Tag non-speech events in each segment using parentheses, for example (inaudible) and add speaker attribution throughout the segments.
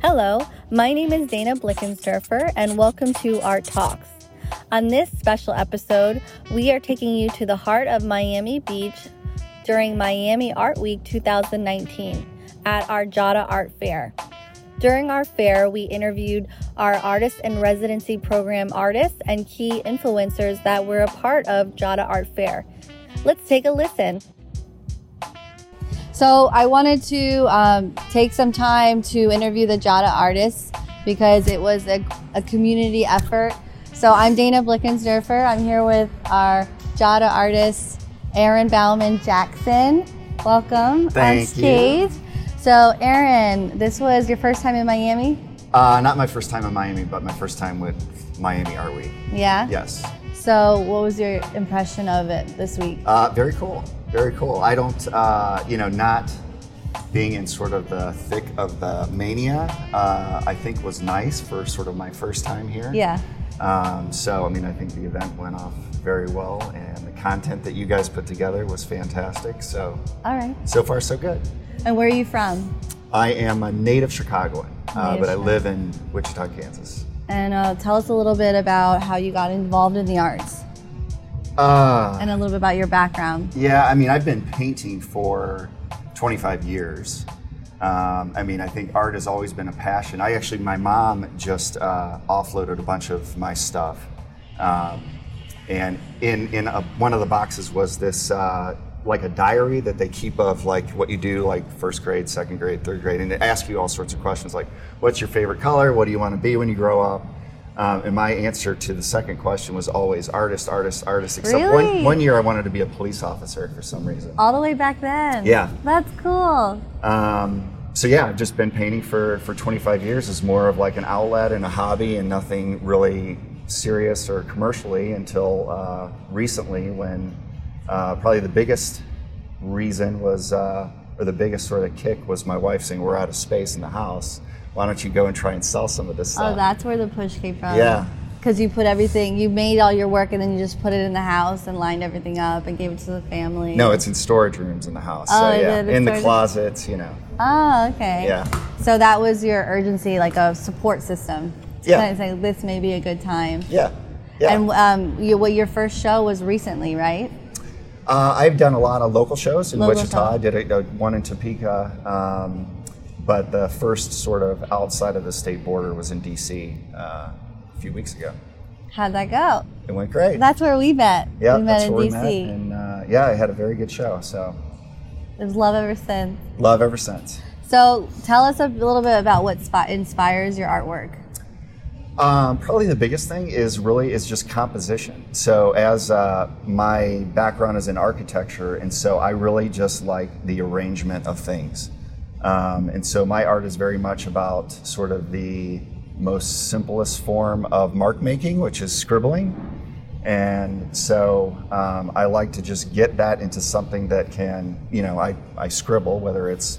Speaker 1: Hello, my name is Dana Blickensdurfer, and welcome to Art Talks. On this special episode, we are taking you to the heart of Miami Beach during Miami Art Week 2019 at our Jada Art Fair. During our fair, we interviewed our artists and residency program artists and key influencers that were a part of Jada Art Fair. Let's take a listen. So, I wanted to um, take some time to interview the Jada artists because it was a, a community effort. So, I'm Dana Blickensdurfer. I'm here with our Jada artists, Aaron Bauman Jackson. Welcome on
Speaker 2: Thank you.
Speaker 1: stage. So, Aaron, this was your first time in Miami?
Speaker 2: Uh, not my first time in Miami, but my first time with Miami Art Week.
Speaker 1: Yeah?
Speaker 2: Yes.
Speaker 1: So, what was your impression of it this week?
Speaker 2: Uh, very cool. Very cool. I don't, uh, you know, not being in sort of the thick of the mania, uh, I think was nice for sort of my first time here.
Speaker 1: Yeah.
Speaker 2: Um, so, I mean, I think the event went off very well, and the content that you guys put together was fantastic. So,
Speaker 1: All right.
Speaker 2: so far, so good.
Speaker 1: And where are you from?
Speaker 2: I am a native Chicagoan, uh,
Speaker 1: Native
Speaker 2: but I live in Wichita, Kansas.
Speaker 1: And uh, tell us a little bit about how you got involved in the arts
Speaker 2: Uh,
Speaker 1: and a little bit about your background.
Speaker 2: Yeah, I mean, I've been painting for 25 years. Um, I mean, I think art has always been a passion. I actually, my mom just uh, offloaded a bunch of my stuff, um, and in in a, one of the boxes was this uh, like a diary that they keep of like what you do, like first grade, second grade, third grade, and they ask you all sorts of questions like, what's your favorite color? What do you want to be when you grow up? Um, and my answer to the second question was always artist, artist, artist. Except
Speaker 1: Really?
Speaker 2: one, one year I wanted to be a police officer for some reason.
Speaker 1: All the way back then.
Speaker 2: Yeah.
Speaker 1: That's cool. Oh,
Speaker 2: Um, so yeah, I've just been painting for, for 25 years as more of like an outlet and a hobby and nothing really serious or commercially until uh, recently when uh, probably the biggest reason was, uh, or the biggest sort of kick was my wife saying, we're out of space in the house. Why don't you go and try and sell some of this stuff?
Speaker 1: Oh, that's where the push came from.
Speaker 2: Yeah.
Speaker 1: Because you put everything, you made all your work and then you just put it in the house and lined everything up and gave it to the family.
Speaker 2: No, it's in storage rooms in the house.
Speaker 1: Oh,
Speaker 2: so
Speaker 1: is
Speaker 2: yeah,
Speaker 1: it in
Speaker 2: in the
Speaker 1: storage-
Speaker 2: closets, you know.
Speaker 1: Oh, okay.
Speaker 2: Yeah.
Speaker 1: So that was your urgency, like a support system.
Speaker 2: Yeah.
Speaker 1: It's like, this may be a good time.
Speaker 2: Yeah. Yeah.
Speaker 1: And um, you, what your first show was recently, right?
Speaker 2: Uh, I've done a lot of local shows in
Speaker 1: Local
Speaker 2: Wichita.
Speaker 1: show.
Speaker 2: I did a, a one in Topeka, um, but the first sort of outside of the state border was in D.C. Uh, a few weeks ago.
Speaker 1: How'd that go?
Speaker 2: It went great.
Speaker 1: That's where we met.
Speaker 2: yeah,
Speaker 1: we met
Speaker 2: that's
Speaker 1: in
Speaker 2: where we
Speaker 1: DC.
Speaker 2: met, and uh, yeah, I had a very good show. So
Speaker 1: It was love ever since.
Speaker 2: love ever since.
Speaker 1: So tell us a little bit about what spi- inspires your artwork.
Speaker 2: Um, probably the biggest thing is really is just composition. So as uh, my background is in architecture, and so I really just like the arrangement of things. Um, and so my art is very much about sort of the most simplest form of mark making, which is scribbling. And so um, I like to just get that into something that can, you know, I, I scribble, whether it's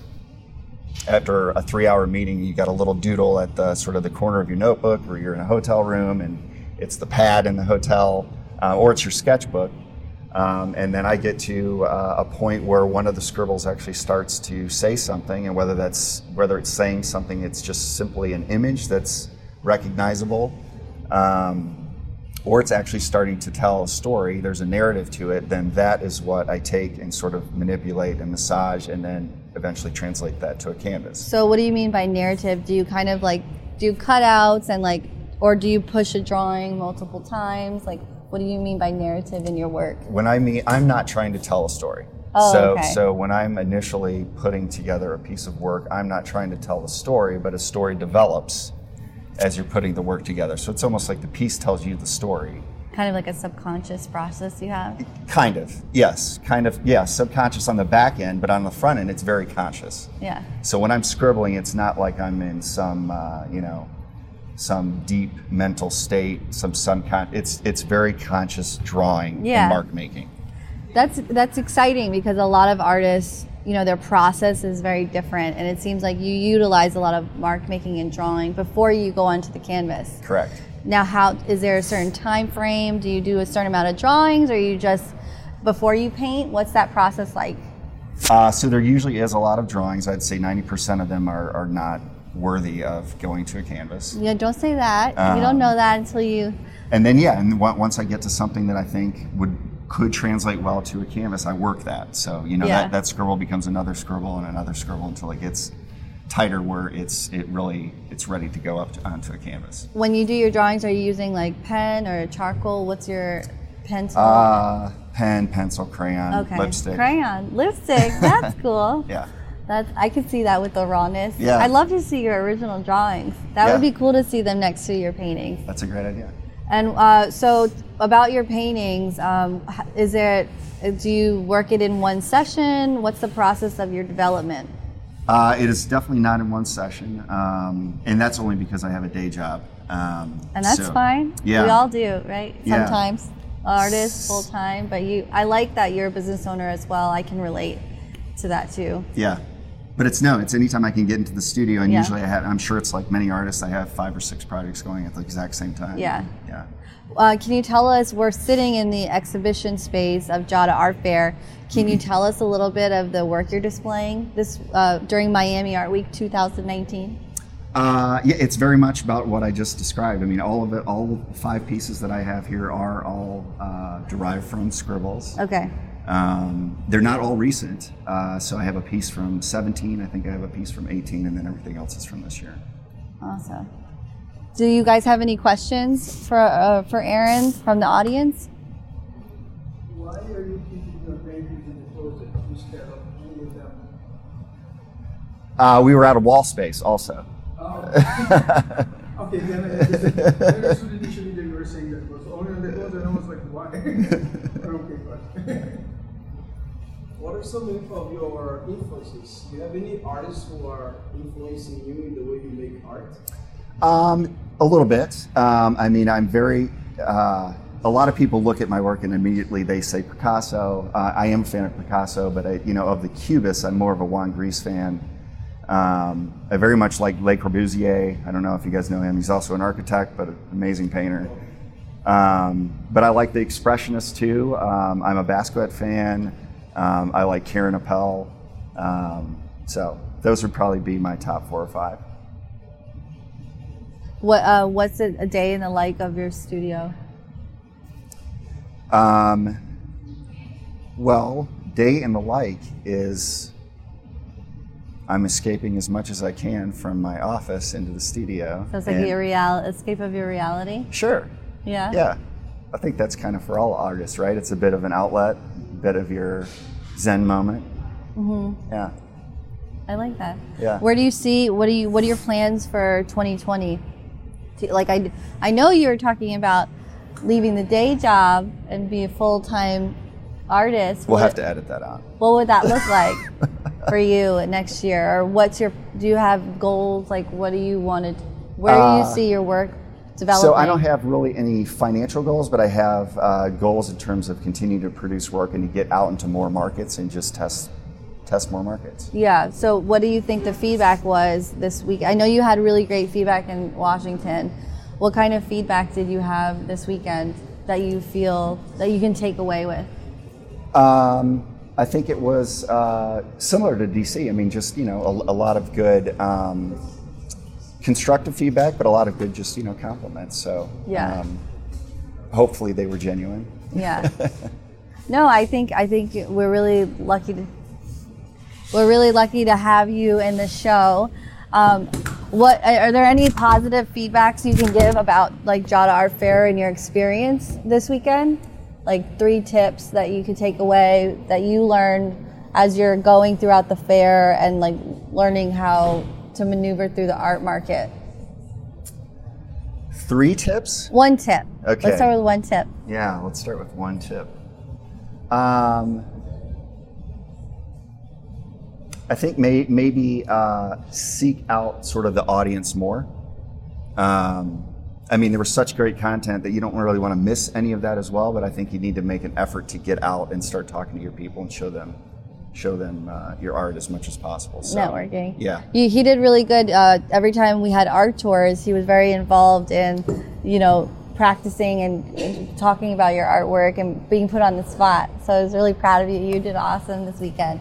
Speaker 2: after a three hour meeting, you got a little doodle at the sort of the corner of your notebook or you're in a hotel room and it's the pad in the hotel uh, or it's your sketchbook. Um, and then I get to uh, a point where one of the scribbles actually starts to say something, and whether that's whether it's saying something, it's just simply an image that's recognizable, um, or it's actually starting to tell a story. There's a narrative to it. Then that is what I take and sort of manipulate and massage, and then eventually translate that to a canvas.
Speaker 1: So what do you mean by narrative? Do you kind of like do cutouts and like, or do you push a drawing multiple times? Like, what do you mean by narrative in your work?
Speaker 2: When I mean, I'm not trying to tell a story.
Speaker 1: Oh,
Speaker 2: so,
Speaker 1: okay.
Speaker 2: so when I'm initially putting together a piece of work, I'm not trying to tell the story, but a story develops as you're putting the work together. So it's almost like the piece tells you the story.
Speaker 1: Kind of like a subconscious process you (laughs) have.
Speaker 2: Kind of, yes, kind of, yeah, subconscious on the back end, but on the front end, it's very conscious.
Speaker 1: Yeah.
Speaker 2: So when I'm scribbling, it's not like I'm in some, uh, you know, some deep mental state, some subcon. It's it's very conscious drawing
Speaker 1: Yeah.
Speaker 2: and mark making.
Speaker 1: That's that's exciting because a lot of artists, you know, their process is very different, and it seems like you utilize a lot of mark making and drawing before you go onto the canvas.
Speaker 2: Correct.
Speaker 1: Now, how is there a certain time frame? Do you do a certain amount of drawings, or you just before you paint? What's that process like?
Speaker 2: Uh, so there usually is a lot of drawings. I'd say 90% of them are, are not worthy of going to a canvas.
Speaker 1: Yeah, don't say that. you
Speaker 2: Uh-huh.
Speaker 1: don't know that until you.
Speaker 2: And then yeah, and on- once I get to something that I think would could translate well to a canvas, I work that. So you know
Speaker 1: Yeah.
Speaker 2: that, that scribble becomes another scribble and another scribble until it gets tighter where it's it really it's ready to go up to, onto a canvas.
Speaker 1: When you do your drawings, are you using like pen or charcoal? What's your pencil?
Speaker 2: Uh, pen, pencil, crayon,
Speaker 1: okay.
Speaker 2: Uh, lipstick.
Speaker 1: Crayon, lipstick.
Speaker 2: (laughs)
Speaker 1: That's cool.
Speaker 2: Yeah.
Speaker 1: That's I could see that with the rawness.
Speaker 2: Yeah.
Speaker 1: I'd love to see your original drawings. That would be
Speaker 2: Yeah.
Speaker 1: cool to see them next to your paintings.
Speaker 2: That's a great idea.
Speaker 1: And uh, so, about your paintings, um, h- is there? Do you work it in one session? What's the process of your development?
Speaker 2: Uh, it is definitely not in one session, um, and that's only because I have a day job. Um,
Speaker 1: And that's
Speaker 2: so-
Speaker 1: fine.
Speaker 2: Yeah.
Speaker 1: We all do, right?
Speaker 2: Yeah.
Speaker 1: Sometimes artists full time, but you. I like that you're a business owner as well. I can relate to that too.
Speaker 2: Yeah. But it's no, it's anytime I can get into the studio, and
Speaker 1: Yeah.
Speaker 2: usually I have, I'm sure it's like many artists, I have five or six projects going at the exact same time.
Speaker 1: Yeah.
Speaker 2: Yeah.
Speaker 1: Uh, can you tell us? We're sitting in the exhibition space of Jada Art Fair. Can
Speaker 2: Mm-hmm.
Speaker 1: you tell us a little bit of the work you're displaying this uh, during Miami Art Week 2019?
Speaker 2: Uh, yeah, it's very much about what I just described. I mean, all of it, all five pieces that I have here are all uh, derived from scribbles.
Speaker 1: Okay.
Speaker 2: Um, they're not all recent. Uh, so I have a piece from 17, I think I have a piece from 18, and then everything else is from this year.
Speaker 1: Awesome. Do you guys have any questions for uh, for Aaron from the audience?
Speaker 3: Why are you keeping your paintings in the closet instead of hanging them?
Speaker 2: Uh, we were out of wall space also. (laughs)
Speaker 4: (laughs)
Speaker 3: Oh, okay, then I understood. I understood initially that you were saying that it was only on the closet, and I was like,
Speaker 4: (laughs)
Speaker 3: why? okay, fine.
Speaker 4: What are some info of your influences? Do you have any artists who are influencing you in the way you make art?
Speaker 2: Um, a little bit. Um, I mean, I'm very. Uh, a lot of people look at my work and immediately they say Picasso. Uh, I am a fan of Picasso, but I, you know, of the Cubists, I'm more of a Juan Gris fan. Um, I very much like Le Corbusier. I don't know if you guys know him. He's also an architect, but an amazing painter. Um, but I like the Expressionists too. Um, I'm a Basquiat fan. Um, I like Karen Appel. Um, so those would probably be my top four or five.
Speaker 1: What uh, what's a, a day in the life of your studio?
Speaker 2: Um, well, day in the like is I'm escaping as much as I can from my office into the studio.
Speaker 1: So it's like
Speaker 2: and-
Speaker 1: your real escape of your reality.
Speaker 2: Sure.
Speaker 1: Yeah.
Speaker 2: Yeah. I think that's kind of for all artists, right? It's a bit of an outlet, bit of your Zen moment. Mm-hmm. Yeah.
Speaker 1: I like that.
Speaker 2: Yeah.
Speaker 1: Where do you see? What do you? What are your plans for 2020? Do- Like I, I know you were talking about leaving the day job and be a full time artist.
Speaker 2: We'll
Speaker 1: What-
Speaker 2: have to edit that out.
Speaker 1: What would that look like for you next year? Or what's your? Do you have goals? Like what do you want to? Where do you see your work developing?
Speaker 2: Uh, So I don't have really any financial goals, but I have uh, goals in terms of continuing to produce work and to get out into more markets and just test test more markets.
Speaker 1: Yeah. So, what do you think the feedback was this week? I know you had really great feedback in Washington. What kind of feedback did you have this weekend that you feel that you can take away with?
Speaker 2: Um, I think it was uh, similar to DC. I mean, just you know, a, a lot of good um, constructive feedback, but a lot of good just you know compliments. So um,
Speaker 1: Yeah.
Speaker 2: hopefully they were genuine.
Speaker 1: Yeah. no, I think I think we're really lucky to we're really lucky to have you in the show. Um, what are there any positive feedbacks you can give about like Jada Art Fair and your experience this weekend? Like three tips that you could take away that you learned as you're going throughout the fair and like learning how to maneuver through the art market.
Speaker 2: Three tips.
Speaker 1: One tip.
Speaker 2: Okay.
Speaker 1: Let's start with one tip.
Speaker 2: Yeah, let's start with one tip. Um, I think may, maybe uh, seek out sort of the audience more. Um, I mean, there was such great content that you don't really want to miss any of that as well. But I think you need to make an effort to get out and start talking to your people and show them, show them uh, your art as much as possible. So,
Speaker 1: networking.
Speaker 2: Yeah.
Speaker 1: You, he did really good. Uh, every time we had art tours, he was very involved in, you know, practicing and, and talking about your artwork and being put on the spot. So I was really proud of you. You did awesome this weekend.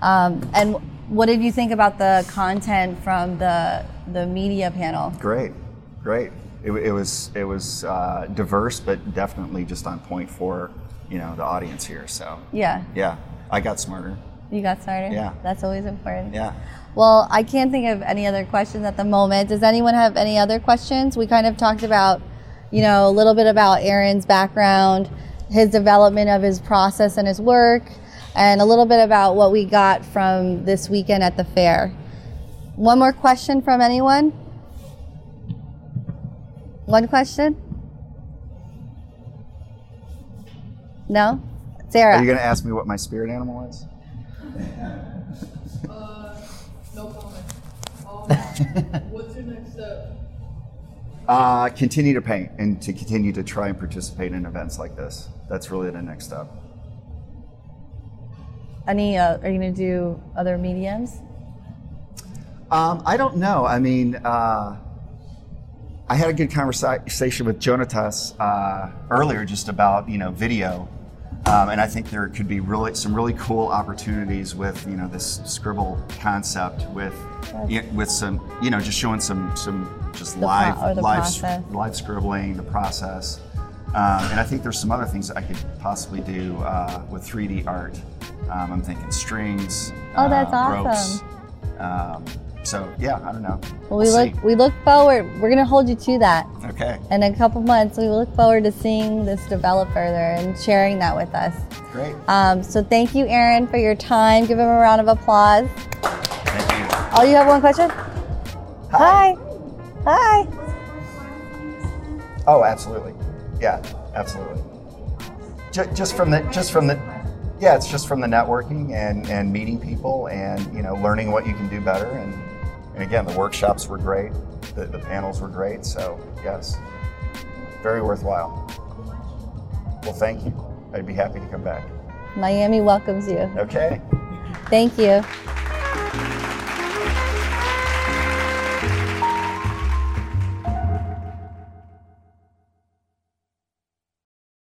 Speaker 1: Um, and what did you think about the content from the the media panel?
Speaker 2: Great, great. It, wa- it was it was uh, diverse, but definitely just on point for you know the audience here. So
Speaker 1: Yeah,
Speaker 2: yeah, I got smarter.
Speaker 1: you got started.
Speaker 2: Yeah.
Speaker 1: that's always important.
Speaker 2: Yeah.
Speaker 1: Well, I can't think of any other questions at the moment. Does anyone have any other questions? We kind of talked about, you know, a little bit about Aaron's background, his development of his process and his work, and a little bit about what we got from this weekend at the fair. One more question from anyone? One question? No? Sarah?
Speaker 2: Are you gonna ask me what my spirit animal is?
Speaker 5: Uh, no comment.
Speaker 2: (laughs)
Speaker 5: Um, what's your next step?
Speaker 2: Uh, continue to paint and to continue to try and participate in events like this. That's really the next step.
Speaker 1: Any, uh, are you going to do other mediums?
Speaker 2: Um, I don't know. I mean, uh, I had a good conversation with Jonatas uh, earlier just about you know video, um, and I think there could be really some really cool opportunities with you know this scribble concept with y- with some you know just showing some some just
Speaker 1: pro-
Speaker 2: live
Speaker 1: or the
Speaker 2: live
Speaker 1: process.
Speaker 2: live scribbling the process. Um, and I think there's some other things that I could possibly do uh, with 3D art. Um, I'm thinking strings.
Speaker 1: Oh, that's
Speaker 2: uh,
Speaker 1: awesome.
Speaker 2: ropes, um, so yeah, I don't know.
Speaker 1: Well, we
Speaker 2: We'll
Speaker 1: look we look forward. We're gonna hold you to that.
Speaker 2: see. Okay,
Speaker 1: In a couple months, we look forward to seeing this develop further and sharing that with us.
Speaker 2: great.
Speaker 1: Um, so thank you, Aaron, for your time. Give him a round of applause.
Speaker 2: Thank you.
Speaker 1: Oh, you have one question? Hi. Hi.
Speaker 2: Oh, absolutely. Yeah, absolutely. Just, just from the just from the yeah, it's just from the networking and and meeting people and you know learning what you can do better and and again the workshops were great, the, the panels were great. So yes, very worthwhile. Well, thank you. I'd be happy to come back.
Speaker 1: Miami welcomes you.
Speaker 2: Okay.
Speaker 1: Thank you.